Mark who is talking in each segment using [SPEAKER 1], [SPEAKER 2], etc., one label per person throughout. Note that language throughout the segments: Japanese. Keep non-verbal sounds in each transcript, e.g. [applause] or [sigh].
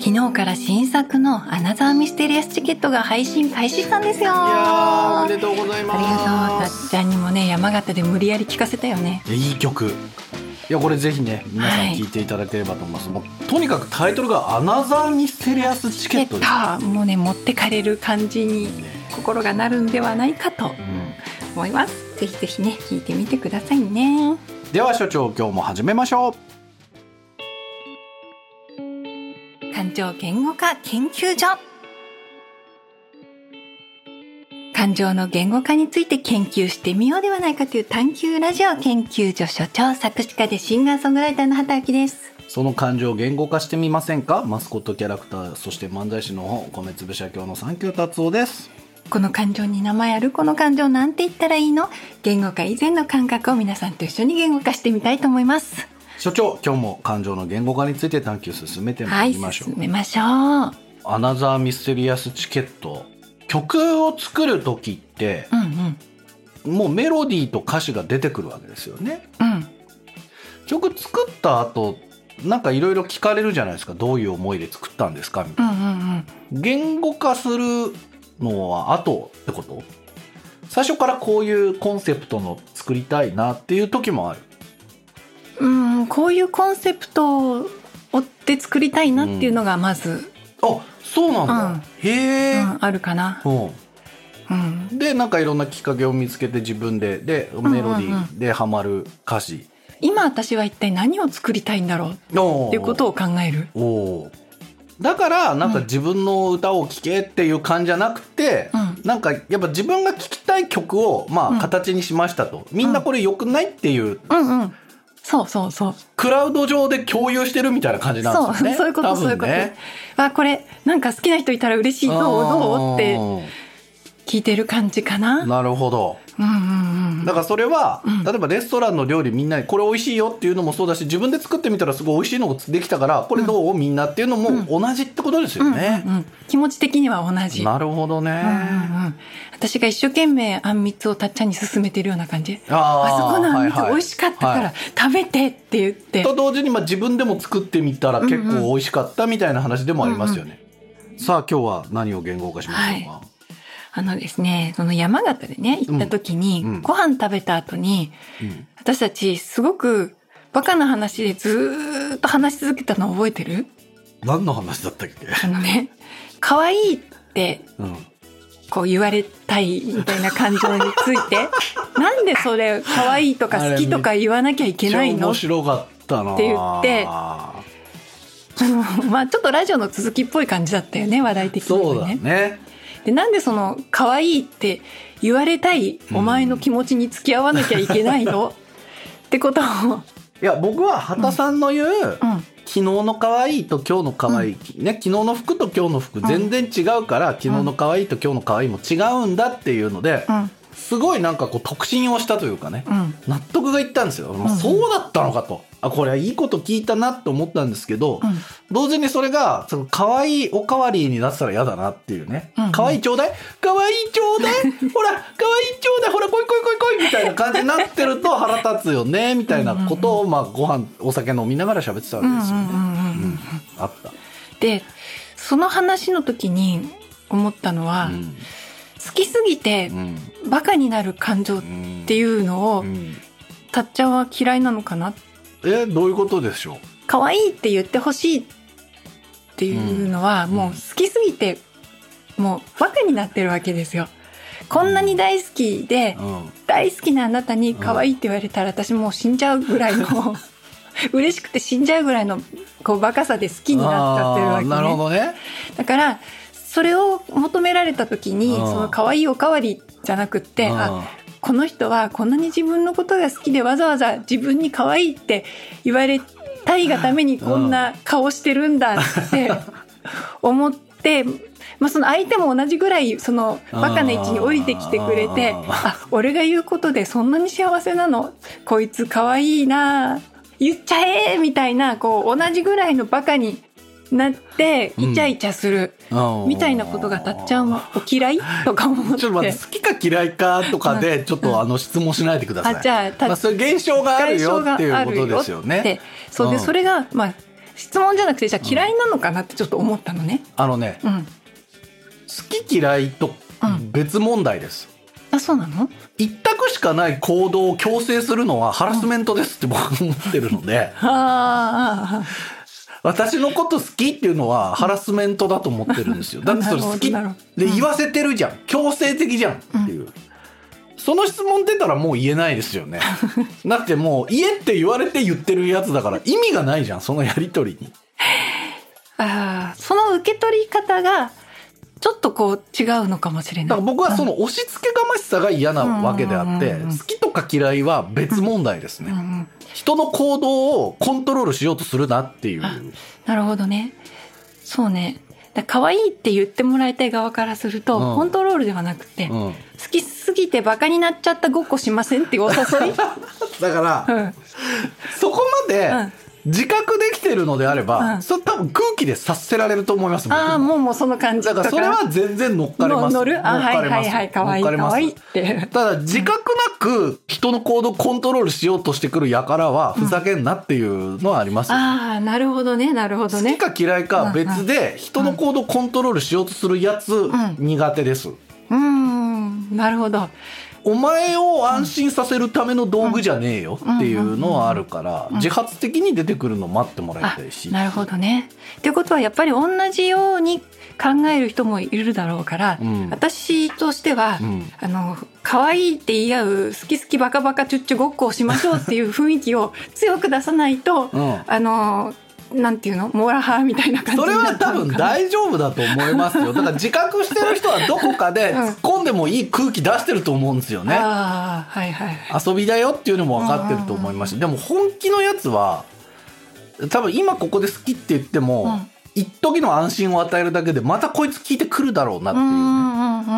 [SPEAKER 1] 昨日から新作のアナザーミステリアスチケットが配信開始したんですよ
[SPEAKER 2] いやーおめでとうござ
[SPEAKER 1] あ
[SPEAKER 2] い
[SPEAKER 1] りがとうた
[SPEAKER 2] ま
[SPEAKER 1] っ
[SPEAKER 2] す
[SPEAKER 1] ちゃんにもね山形で無理やり聞かせたよね
[SPEAKER 2] いい曲いやこれぜひね皆さん
[SPEAKER 1] はい
[SPEAKER 2] 聞いていただければと思います、もうとにかくタイトルが「アナザーミステリアスチケット」です、
[SPEAKER 1] たもうね持ってかれる感じに心がなるんではないかと
[SPEAKER 2] う
[SPEAKER 1] 思いますぜひぜひね聞いてみてくださいね
[SPEAKER 2] ん、では所長今日も始めましょう
[SPEAKER 1] 感情言語化研究所感情の言語化について研究してみようではないかという探求ラジオ研究所所長作詞家でシンガーソングライターの畑明です
[SPEAKER 2] その感情を言語化してみませんかマスコットキャラクターそして漫才師の本米粒社協のサンキュー達夫です
[SPEAKER 1] この感情に名前あるこの感情なんて言ったらいいの言語化以前の感覚を皆さんと一緒に言語化してみたいと思います
[SPEAKER 2] 所長今日も感情の言語化について探求進めてま
[SPEAKER 1] はいい
[SPEAKER 2] りましょう
[SPEAKER 1] 進、めましょう
[SPEAKER 2] アナザーミステリアスチケット曲を作る時って
[SPEAKER 1] うんうん
[SPEAKER 2] もうメロディーと歌詞が出てくるわけですよね
[SPEAKER 1] うん
[SPEAKER 2] 曲作った後なんかいろいろ聞かれるじゃないですかどういう思いで作ったんですかみた
[SPEAKER 1] う
[SPEAKER 2] い
[SPEAKER 1] んうんうん
[SPEAKER 2] な言語化するのは後ってこと最初からこういうコンセプトの作りたいなっていう時もある
[SPEAKER 1] うん、こういうコンセプトを追って作りたいなっていうのがまず、
[SPEAKER 2] あそうなんだ、
[SPEAKER 1] うん
[SPEAKER 2] へ
[SPEAKER 1] う
[SPEAKER 2] え、
[SPEAKER 1] ん、あるかな。
[SPEAKER 2] うん
[SPEAKER 1] うん、
[SPEAKER 2] でなんかいろんなきっかけを見つけて自分でで
[SPEAKER 1] んうん
[SPEAKER 2] メロディーでハマる歌詞、
[SPEAKER 1] 今私は一体何を作りたいんだろうっていうことを考える。
[SPEAKER 2] おおだからなんか
[SPEAKER 1] うん
[SPEAKER 2] 自分の歌を聴けっていう感じじゃなくて、
[SPEAKER 1] うん
[SPEAKER 2] なんかやっぱ自分が聴きたい曲をま
[SPEAKER 1] うん
[SPEAKER 2] あ形にしましたと、みんなこれ良くないっていう
[SPEAKER 1] うんうん。そうそうそう。
[SPEAKER 2] クラウド上で共有してるみたいな感じなん
[SPEAKER 1] そう、 [laughs]
[SPEAKER 2] ですよね
[SPEAKER 1] そういうこと、
[SPEAKER 2] 多
[SPEAKER 1] そういう
[SPEAKER 2] 分
[SPEAKER 1] こと。
[SPEAKER 2] ね
[SPEAKER 1] わ、これ、なんか好きな人いたら嬉しい、どう、どうって聞いてる感じか
[SPEAKER 2] う
[SPEAKER 1] な。
[SPEAKER 2] んなるほど
[SPEAKER 1] うんうんうん。
[SPEAKER 2] だからそれは、
[SPEAKER 1] うん
[SPEAKER 2] 例えばレストランの料理みんなにこれ美味しいよっていうのもそうだし自分で作ってみたらすごい美味しいのができたからこれどう、みんなっていうのも同じってことですよね。
[SPEAKER 1] うんうんうん、気持ち的には同じ。
[SPEAKER 2] なるほどね。
[SPEAKER 1] うんうんうん、私が一生懸命あんみつをたっちゃんに勧めてるような感じ。
[SPEAKER 2] あー
[SPEAKER 1] あそこのあんみつ
[SPEAKER 2] はいはい
[SPEAKER 1] 美味しかったから、
[SPEAKER 2] はい
[SPEAKER 1] 食べてって言って
[SPEAKER 2] と同時に、まあ、自分でも作ってみたら結構美味しかったみたいな話でもありますよね。さあ今日は何を言語化しましょうか、
[SPEAKER 1] あのですねその山形でね行った時に、
[SPEAKER 2] うんうん
[SPEAKER 1] ご飯食べた後に
[SPEAKER 2] うん
[SPEAKER 1] 私たちすごくバカな話でずーっと話し続けたの覚えてる
[SPEAKER 2] 何の話だったっけ、
[SPEAKER 1] あのね可愛いって
[SPEAKER 2] うん、
[SPEAKER 1] こう言われたいみたいな感情につい [laughs] てなんでそれ可愛いとか好きとか言わなきゃいけない
[SPEAKER 2] めっちゃ
[SPEAKER 1] の
[SPEAKER 2] 面白かったな
[SPEAKER 1] って言って
[SPEAKER 2] あ
[SPEAKER 1] [laughs]
[SPEAKER 2] ー
[SPEAKER 1] まあちょっとラジオの続きっぽい感じだったよね話題的に
[SPEAKER 2] そう
[SPEAKER 1] は
[SPEAKER 2] だ
[SPEAKER 1] ね。
[SPEAKER 2] ね。
[SPEAKER 1] でなんでその可愛いって言われたいお前の気持ちに付き合わなきゃいけない [laughs] の、ってことを、
[SPEAKER 2] いや僕は畑さんの言う、
[SPEAKER 1] うん、
[SPEAKER 2] 昨日の可愛いと今日の可愛い、ね昨日の服と今日の服全然違うから、昨日の可愛いと今日の可愛いも違うんだっていうので、
[SPEAKER 1] うん、
[SPEAKER 2] すごいなんかこう特進をしたというかね、
[SPEAKER 1] うん、
[SPEAKER 2] 納得がいったんですよ、
[SPEAKER 1] ん
[SPEAKER 2] そうだったのかとあこれはいいこと聞いたなと思ったんですけど、
[SPEAKER 1] うん
[SPEAKER 2] 同時にそれがその可愛いおかわりになってたら嫌だなっていうね、
[SPEAKER 1] うんうん
[SPEAKER 2] 可愛いちょうだい可愛いちょう
[SPEAKER 1] [laughs]
[SPEAKER 2] だいほら可愛いちょうだいほら来い来い来い来いみたいな感じになってると腹立つよねみたいなことを、まあ、ご飯お酒飲みながら喋ってたわけです
[SPEAKER 1] うんうんう
[SPEAKER 2] よね、
[SPEAKER 1] んうん
[SPEAKER 2] うんあった、
[SPEAKER 1] でその話の時に思ったのは、
[SPEAKER 2] うん
[SPEAKER 1] 好きすぎて
[SPEAKER 2] うん
[SPEAKER 1] バカになる感情っ
[SPEAKER 2] うん
[SPEAKER 1] ていうのを、
[SPEAKER 2] うん
[SPEAKER 1] たっちゃんは嫌いなのかな
[SPEAKER 2] えどういうことでしょ
[SPEAKER 1] 可愛いって言ってほしいっていうのは、
[SPEAKER 2] ん
[SPEAKER 1] もう好きすぎてもうバカになってるわけですよ。こんなに大好きで、
[SPEAKER 2] う、うん
[SPEAKER 1] 大好きなあなたに可愛いって言われたら私もう死んじゃうぐらいの嬉しくて死んじゃうぐらいのこうバカさで好きになっちゃってるわけ、ね、
[SPEAKER 2] あーなるほどね
[SPEAKER 1] だからそれを求められた時に
[SPEAKER 2] あー
[SPEAKER 1] その可愛いおかわりじゃなくってあ
[SPEAKER 2] あ
[SPEAKER 1] この人はこんなに自分のことが好きでわざわざ自分に可愛いって言われたいがためにこんな顔してるんだって思って、まあ、その相手も同じぐらいそのバカな位置に降りてきてくれて
[SPEAKER 2] あー
[SPEAKER 1] あ俺が言うことでそんなに幸せなのこいつ可愛いな言っちゃえみたいなこう同じぐらいのバカになってイチャイチャする、
[SPEAKER 2] うん
[SPEAKER 1] みたいなことがたっちゃんはお嫌いとか思って。
[SPEAKER 2] [laughs] ちょっと待って好きか嫌いかとかでちょっとあの質問しないでください。
[SPEAKER 1] あじゃあた
[SPEAKER 2] まあ、そういう現象があるよっていう
[SPEAKER 1] 外傷
[SPEAKER 2] ことですよ
[SPEAKER 1] がある
[SPEAKER 2] ね。
[SPEAKER 1] ってそうで、
[SPEAKER 2] うん
[SPEAKER 1] それがまあ質問じゃなくてじゃあ嫌いなのかなってちょっと思ったのね。
[SPEAKER 2] あのね
[SPEAKER 1] うん、
[SPEAKER 2] 好き嫌いと
[SPEAKER 1] うん
[SPEAKER 2] 別問題です、
[SPEAKER 1] あそうなの
[SPEAKER 2] 一択しかない行動を強制するのはハラスメントですって僕は思ってるので
[SPEAKER 1] あ
[SPEAKER 2] 私のこと好きっていうのはハラスメントだと思ってるんです
[SPEAKER 1] [laughs]
[SPEAKER 2] よだってそれ好き
[SPEAKER 1] なるほど
[SPEAKER 2] で言わせてるじゃん強制的じゃんっていう、その質問出たらもう言えないです
[SPEAKER 1] [laughs]
[SPEAKER 2] よねだってもう「言え」って言われて言ってるやつだから意味がないじゃんそのやり取りに
[SPEAKER 1] あーその受け取り方がちょっとこう違うのかもしれな
[SPEAKER 2] だから
[SPEAKER 1] い。
[SPEAKER 2] 僕はその押し付けがましさが嫌なわけであって、
[SPEAKER 1] うんうんうんうん
[SPEAKER 2] 好きとか嫌いは別問題です
[SPEAKER 1] う
[SPEAKER 2] ね、
[SPEAKER 1] んうん、
[SPEAKER 2] 人の行動をコントロールしようとするなっていう
[SPEAKER 1] なるほどね。そうね。だ可愛いって言ってもらいたい側からすると、
[SPEAKER 2] うん
[SPEAKER 1] コントロールではなくて、
[SPEAKER 2] う
[SPEAKER 1] 好 [laughs]
[SPEAKER 2] ん、
[SPEAKER 1] きすぎてバカになっちゃったごっこしませんっていうお
[SPEAKER 2] [laughs]
[SPEAKER 1] 誘い。
[SPEAKER 2] だから、
[SPEAKER 1] うん
[SPEAKER 2] そこまで
[SPEAKER 1] うん
[SPEAKER 2] 自覚できてるのであれば、
[SPEAKER 1] うん
[SPEAKER 2] それ多分空気で察せられると思います僕
[SPEAKER 1] ああ、もうもうその感じ
[SPEAKER 2] だ
[SPEAKER 1] と
[SPEAKER 2] か
[SPEAKER 1] か。
[SPEAKER 2] らそれは全然乗っかれ
[SPEAKER 1] の
[SPEAKER 2] ます
[SPEAKER 1] 乗るあ、
[SPEAKER 2] 乗っ
[SPEAKER 1] はい
[SPEAKER 2] かれま
[SPEAKER 1] は
[SPEAKER 2] す
[SPEAKER 1] いはい、可愛い
[SPEAKER 2] 乗っかれ
[SPEAKER 1] 可
[SPEAKER 2] ます
[SPEAKER 1] 愛いって。
[SPEAKER 2] ただ自覚なく人の行動をコントロールしようとしてくる輩はふざけんなっていうのはありますよ、
[SPEAKER 1] ああ、なるほどね、なるほど
[SPEAKER 2] 好き
[SPEAKER 1] ね。
[SPEAKER 2] か嫌いかは別で人の行動をコントロールしようとするやつ
[SPEAKER 1] ん
[SPEAKER 2] 苦手です、
[SPEAKER 1] うーん、なるほど。
[SPEAKER 2] お前を安心させるための道具じゃねえよっていうのはあるから自発的に出てくるのを待ってもらい
[SPEAKER 1] あ
[SPEAKER 2] たいし、
[SPEAKER 1] なるほどね。ってことはやっぱり同じように考える人もいるだろうから、
[SPEAKER 2] うん
[SPEAKER 1] 私としては、
[SPEAKER 2] うん
[SPEAKER 1] あの可愛いって言い合う好き好きバカバカチュッチュごっこをしましょうっていう雰囲気を強く出さないと、
[SPEAKER 2] うん
[SPEAKER 1] あのなんていうのモラハーみたいな感じ
[SPEAKER 2] そ
[SPEAKER 1] に
[SPEAKER 2] れ
[SPEAKER 1] な
[SPEAKER 2] は
[SPEAKER 1] っ
[SPEAKER 2] 多
[SPEAKER 1] たのか
[SPEAKER 2] 分
[SPEAKER 1] な。
[SPEAKER 2] 大丈夫だと思いますよだから自覚してる人はどこかで突っ込んでもいい空気出してると思うんですよね
[SPEAKER 1] ああはいはい。
[SPEAKER 2] 遊びだよっていうのも分かってると思いますしでも本気のやつは多分今ここで好きって言っても、
[SPEAKER 1] うん
[SPEAKER 2] 一時の安心を与えるだけでまたこいつ聞いてくるだろうなっ
[SPEAKER 1] う
[SPEAKER 2] てい
[SPEAKER 1] んう
[SPEAKER 2] うね、
[SPEAKER 1] んうんうんう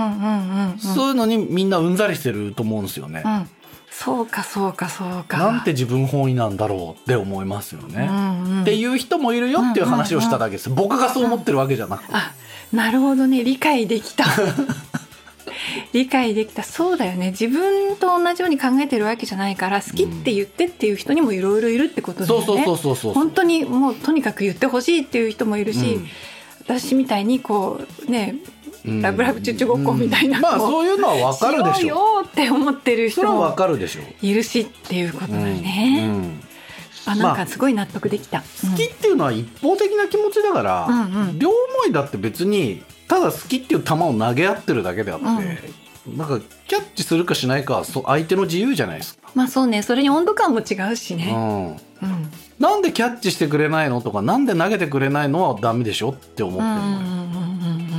[SPEAKER 1] んうん。
[SPEAKER 2] そういうのにみんなうんざりしてると思うんですよね、
[SPEAKER 1] うん、そうかそうかそうか。
[SPEAKER 2] なんて自分本位なんだろうって思いますよ
[SPEAKER 1] う
[SPEAKER 2] ね、
[SPEAKER 1] んうん
[SPEAKER 2] っていう人もいるよっていう話をしただけです、僕がそう思ってるわけじゃなくて、
[SPEAKER 1] あなるほどね理解できた [laughs] 理解できたそうだよね自分と同じように考えてるわけじゃないから好きって言ってっていう人にもいろいろいるってことだよ
[SPEAKER 2] そう
[SPEAKER 1] ね
[SPEAKER 2] そうそうそうそう
[SPEAKER 1] 本当にもうとにかく言ってほしいっていう人もいるし、
[SPEAKER 2] うん
[SPEAKER 1] 私みたいにこうね
[SPEAKER 2] うん
[SPEAKER 1] ラブラブチュッチュごっこみたいな
[SPEAKER 2] うんまあ
[SPEAKER 1] もう
[SPEAKER 2] そういうのはわかるで
[SPEAKER 1] し
[SPEAKER 2] し
[SPEAKER 1] よ
[SPEAKER 2] ょ
[SPEAKER 1] うよって思ってる
[SPEAKER 2] そ
[SPEAKER 1] 人
[SPEAKER 2] れはわ
[SPEAKER 1] も
[SPEAKER 2] かるでしょ
[SPEAKER 1] いるしっていうこと
[SPEAKER 2] う
[SPEAKER 1] だよ
[SPEAKER 2] ん
[SPEAKER 1] ね、
[SPEAKER 2] うん
[SPEAKER 1] あなんかすごい納得できた、
[SPEAKER 2] 好きっていうのは一方的な気持ちだから、
[SPEAKER 1] うんうん
[SPEAKER 2] 両思いだって別にただ好きっていう球を投げ合ってるだけであって、なんかキャッチするかしないかはそ相手の自由じゃないですか、
[SPEAKER 1] まあそうねそれに温度感も違うし
[SPEAKER 2] う
[SPEAKER 1] ね、
[SPEAKER 2] ん、
[SPEAKER 1] うん、
[SPEAKER 2] なんでキャッチしてくれないのとかなんで投げてくれないのはダメでしょって思って
[SPEAKER 1] う
[SPEAKER 2] る
[SPEAKER 1] んう
[SPEAKER 2] のよ、
[SPEAKER 1] んうんうんう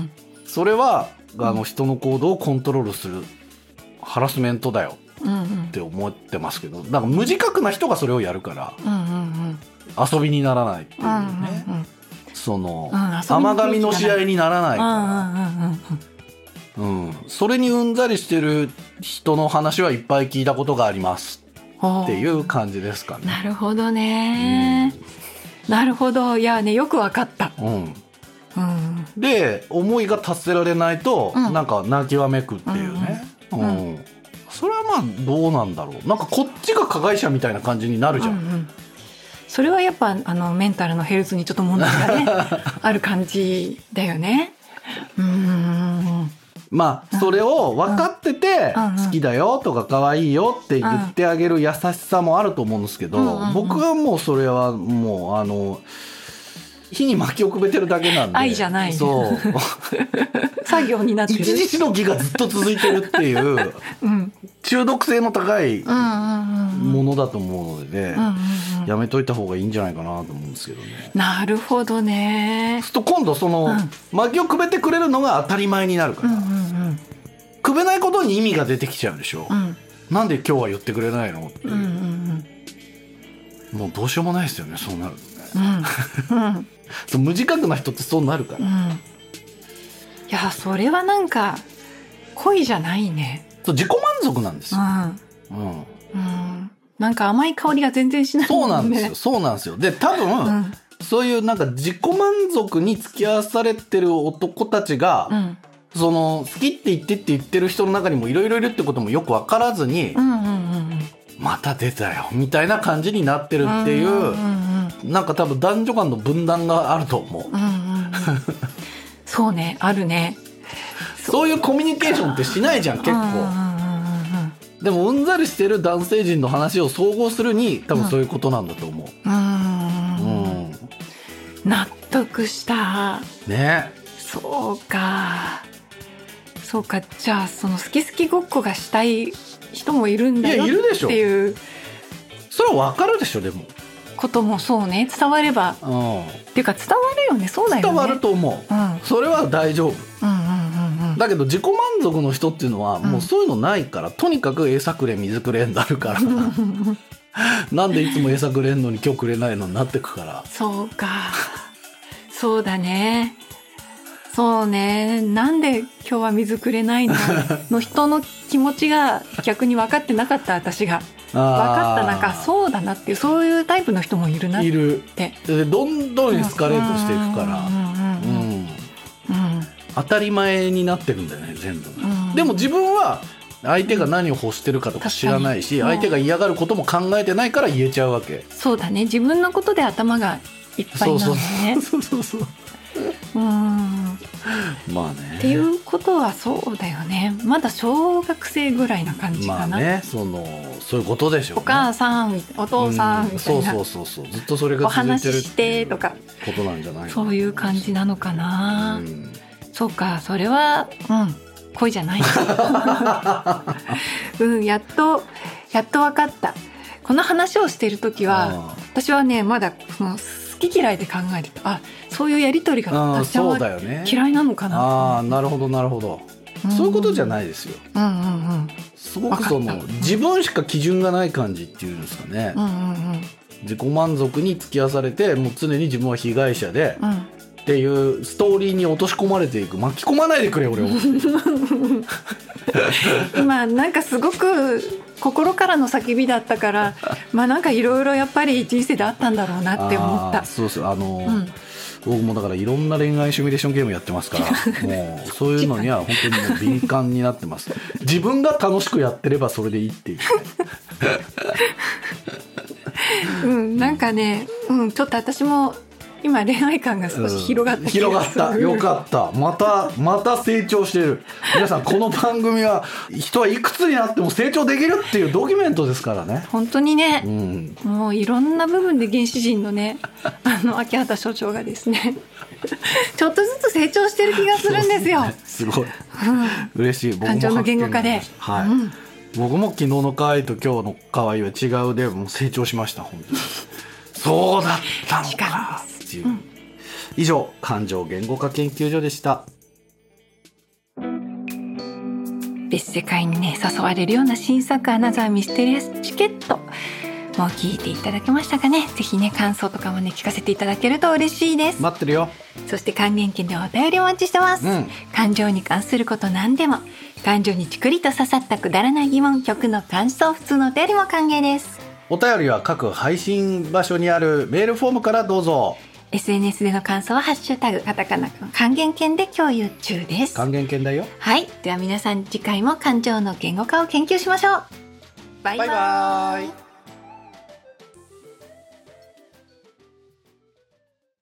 [SPEAKER 1] ん
[SPEAKER 2] それは
[SPEAKER 1] ん
[SPEAKER 2] あの人の行動をコントロールするハラスメントだよ
[SPEAKER 1] うんうん
[SPEAKER 2] って思ってますけどなんか無自覚な人がそれをやるから
[SPEAKER 1] うんうん
[SPEAKER 2] 遊びにならないっていう
[SPEAKER 1] うんうんうん
[SPEAKER 2] ね、
[SPEAKER 1] うん
[SPEAKER 2] その、
[SPEAKER 1] うん
[SPEAKER 2] 甘噛みの試合にならないから。
[SPEAKER 1] うんうんうん
[SPEAKER 2] うん、それにうんざりしてる人の話はいっぱい聞いたことがあります
[SPEAKER 1] うん
[SPEAKER 2] っていう感じですかね。
[SPEAKER 1] なるほどね、なるほどいやねよくわかった、
[SPEAKER 2] うん、
[SPEAKER 1] うん、
[SPEAKER 2] で思いが達せられないと、
[SPEAKER 1] うん
[SPEAKER 2] なんか泣きわめくっていうね、うん
[SPEAKER 1] うん
[SPEAKER 2] それはまあどうなんだろうなんかこっちが加害者みたいな感じになるじゃん、
[SPEAKER 1] うんうんそれはやっぱあのメンタルのヘルスにちょっと問題がねある感じだよねうんうん
[SPEAKER 2] まあそれを分かってて、
[SPEAKER 1] うんうん
[SPEAKER 2] 好きだよとか可愛いよって言ってあげる優しさもあると思うんですけど、
[SPEAKER 1] うんうんうん
[SPEAKER 2] 僕はもうそれはもうあの火に巻きをくべてるだけなんで
[SPEAKER 1] 愛じゃない [laughs] う
[SPEAKER 2] そう
[SPEAKER 1] ん作業になってる
[SPEAKER 2] 一時しのぎがずっと続いてるっていう
[SPEAKER 1] うんうん
[SPEAKER 2] 中毒性の高い
[SPEAKER 1] うんうんうん
[SPEAKER 2] ものだと思うの
[SPEAKER 1] う
[SPEAKER 2] で、
[SPEAKER 1] んうんうん
[SPEAKER 2] やめといた方がいいんじゃないかなと思うんですけどね。
[SPEAKER 1] なるほどね
[SPEAKER 2] そうすると今度その、
[SPEAKER 1] うん
[SPEAKER 2] 薪をくべてくれるのが当たり前になるか
[SPEAKER 1] う
[SPEAKER 2] ら、
[SPEAKER 1] んうん
[SPEAKER 2] くべないことに意味が出てきちゃうでしょ、
[SPEAKER 1] うんうん
[SPEAKER 2] なんで今日は言ってくれないのってい
[SPEAKER 1] うん
[SPEAKER 2] う、
[SPEAKER 1] うんうん
[SPEAKER 2] もうどうしようもないですよねそうなるとね
[SPEAKER 1] うんうん
[SPEAKER 2] そう無自覚な人ってそうなるから、
[SPEAKER 1] うんいやそれはなんか恋じゃないね
[SPEAKER 2] そう自己満足なんです
[SPEAKER 1] うん、
[SPEAKER 2] よ、うん、
[SPEAKER 1] うん、なんか甘い香りが全然しない
[SPEAKER 2] そうなんです
[SPEAKER 1] ね
[SPEAKER 2] よそうなんですよで多分、
[SPEAKER 1] うん
[SPEAKER 2] そういうなんか自己満足に付き合わされてる男たちが、
[SPEAKER 1] うん
[SPEAKER 2] その好きって言ってって言ってる人の中にもいろいろいるってこともよく分からずに、
[SPEAKER 1] うんうんうん
[SPEAKER 2] また出たよみたいな感じになってるっていうう、
[SPEAKER 1] んうんうん
[SPEAKER 2] なんか多分男女間の分断があると思
[SPEAKER 1] う
[SPEAKER 2] う
[SPEAKER 1] んうんうん、そうねあるね
[SPEAKER 2] そういうコミュニケーションってしないじゃん結
[SPEAKER 1] うんうんうん
[SPEAKER 2] 構でもうんざりしてる男性陣の話を総合するに多分そういうことなんだと思う、
[SPEAKER 1] うんうんうんうん
[SPEAKER 2] うん
[SPEAKER 1] 納得した
[SPEAKER 2] ね
[SPEAKER 1] そうかそうかじゃあその好き好きごっこがしたい人もいるんだよ
[SPEAKER 2] いやいるでしょ
[SPEAKER 1] っていう
[SPEAKER 2] それは分かるでしょでも、
[SPEAKER 1] こともそうね伝われば
[SPEAKER 2] う
[SPEAKER 1] っていうか伝わるよねそうだ
[SPEAKER 2] ん、
[SPEAKER 1] よね
[SPEAKER 2] 伝わると思う、
[SPEAKER 1] うんうん
[SPEAKER 2] それは大丈夫
[SPEAKER 1] うんうんうん
[SPEAKER 2] だけど自己満足の人っていうのは
[SPEAKER 1] ん
[SPEAKER 2] もうそういうのないから、とにかく餌くれ水くれになる
[SPEAKER 1] [laughs]
[SPEAKER 2] からなんでいつも餌くれんのに今日くれないのになってくから
[SPEAKER 1] そうかそうだねそうねなんで今日は水くれ
[SPEAKER 2] [laughs]
[SPEAKER 1] ないのの人の気持ちが逆に分かってなかった私が
[SPEAKER 2] 分
[SPEAKER 1] 分かった中そうだなっていうそういうタイプの人もいるなっ
[SPEAKER 2] いる
[SPEAKER 1] て
[SPEAKER 2] でどんどんエスカレートしていくから
[SPEAKER 1] うんうんうん
[SPEAKER 2] うん
[SPEAKER 1] うんうん
[SPEAKER 2] 当たり前になってるんだよね全部が
[SPEAKER 1] うん
[SPEAKER 2] でも自分は相手が何を欲してるかとか知らないし
[SPEAKER 1] 確かに
[SPEAKER 2] 相手が嫌がることも考えてないから言えちゃうわけ
[SPEAKER 1] そうだね自分のことで頭がいっぱい
[SPEAKER 2] そう
[SPEAKER 1] なん
[SPEAKER 2] そ
[SPEAKER 1] だ
[SPEAKER 2] う
[SPEAKER 1] ね
[SPEAKER 2] そうそうそう
[SPEAKER 1] うんっ
[SPEAKER 2] まあね
[SPEAKER 1] ていうことはそうだよねまだ小学生ぐらいな感じ
[SPEAKER 2] ま
[SPEAKER 1] か
[SPEAKER 2] あ
[SPEAKER 1] な、
[SPEAKER 2] ねそのそういうことでしょう
[SPEAKER 1] お
[SPEAKER 2] ね
[SPEAKER 1] 母さんお父さんみたいな、
[SPEAKER 2] うんそうそうそうそうずっとそれ
[SPEAKER 1] お
[SPEAKER 2] が続いて
[SPEAKER 1] 話
[SPEAKER 2] る
[SPEAKER 1] し
[SPEAKER 2] ってい
[SPEAKER 1] て
[SPEAKER 2] う
[SPEAKER 1] とか
[SPEAKER 2] ことなんじゃないかな
[SPEAKER 1] そういう感じなのかな、
[SPEAKER 2] うん
[SPEAKER 1] そうかそれはうん恋じゃない
[SPEAKER 2] [laughs]
[SPEAKER 1] うんやっとやっと分かったこの話をしている時は
[SPEAKER 2] あ
[SPEAKER 1] 私はねまだその好き嫌いで考えてたあそういうやり取りが
[SPEAKER 2] あああ
[SPEAKER 1] 達ちゃん
[SPEAKER 2] そう
[SPEAKER 1] は
[SPEAKER 2] だよね
[SPEAKER 1] 嫌いなのか
[SPEAKER 2] ああ
[SPEAKER 1] な
[SPEAKER 2] なるほどなるほど
[SPEAKER 1] ん
[SPEAKER 2] そういうことじゃないですよ
[SPEAKER 1] うんうんうん
[SPEAKER 2] すごくそ
[SPEAKER 1] わ
[SPEAKER 2] の
[SPEAKER 1] かった
[SPEAKER 2] 自分しか基準がない感じっていうんですかね
[SPEAKER 1] うんうんうん
[SPEAKER 2] 自己満足に付き合わされてもう常に自分は被害者で
[SPEAKER 1] うん
[SPEAKER 2] っていうストーリーに落とし込まれていく巻き込まないでく
[SPEAKER 1] [laughs]
[SPEAKER 2] れ俺を
[SPEAKER 1] 今なんかすごく心からの叫びだった
[SPEAKER 2] [laughs]
[SPEAKER 1] からまあなんかいろいろやっぱり人生であったんだろうなって思っ
[SPEAKER 2] あー
[SPEAKER 1] た
[SPEAKER 2] そうそうあのー、
[SPEAKER 1] うん
[SPEAKER 2] 僕もだからいろんな恋愛シミュレーションゲームやってますから
[SPEAKER 1] [laughs]
[SPEAKER 2] もうそういうのには本当にもう敏感になってます自分が楽しくやってればそれでい
[SPEAKER 1] [laughs]
[SPEAKER 2] いっていう
[SPEAKER 1] うんなんかねうんちょっと私も今恋愛感が少し広がった気
[SPEAKER 2] 広
[SPEAKER 1] が
[SPEAKER 2] がっ
[SPEAKER 1] する
[SPEAKER 2] たよかったまたまた成長してる皆さんこの番組は人はいくつになっても成長できるっていうドキュメントですからね
[SPEAKER 1] 本当に
[SPEAKER 2] う
[SPEAKER 1] ね
[SPEAKER 2] ん
[SPEAKER 1] もういろんな部分で原始人の
[SPEAKER 2] [laughs]
[SPEAKER 1] ねあの秋畑所長がですねちょっとずつ成長してる気がするんですよ
[SPEAKER 2] そうねすごい嬉しい僕も
[SPEAKER 1] 感情の言語化で
[SPEAKER 2] 発見になりましたはい、
[SPEAKER 1] うん
[SPEAKER 2] 僕も昨日の可愛いと今日の可愛いは違うでもう成長しました本当にそうだったのかっていう、以上感情言語化研究所でした
[SPEAKER 1] 別世界にね誘われるような新作アナザーミステリアスチケットもう聞いていただけましたかねぜひね感想とかもね聞かせていただけると嬉しいです、
[SPEAKER 2] 待ってるよ
[SPEAKER 1] そして還元券ではお便りお待ちしてます、
[SPEAKER 2] うん
[SPEAKER 1] 感情に関すること何でも感情にちくりと刺さったくだらない疑問曲の感想普通のお便りも歓迎です
[SPEAKER 2] お便りは各配信場所にあるメールフォームからどうぞ
[SPEAKER 1] SNS での感想はハッシュタグカタカナ還元券で共有中です
[SPEAKER 2] 還元券だよ
[SPEAKER 1] はいでは皆さん次回も感情の言語化を研究しましょうバイバイ
[SPEAKER 2] バイバイ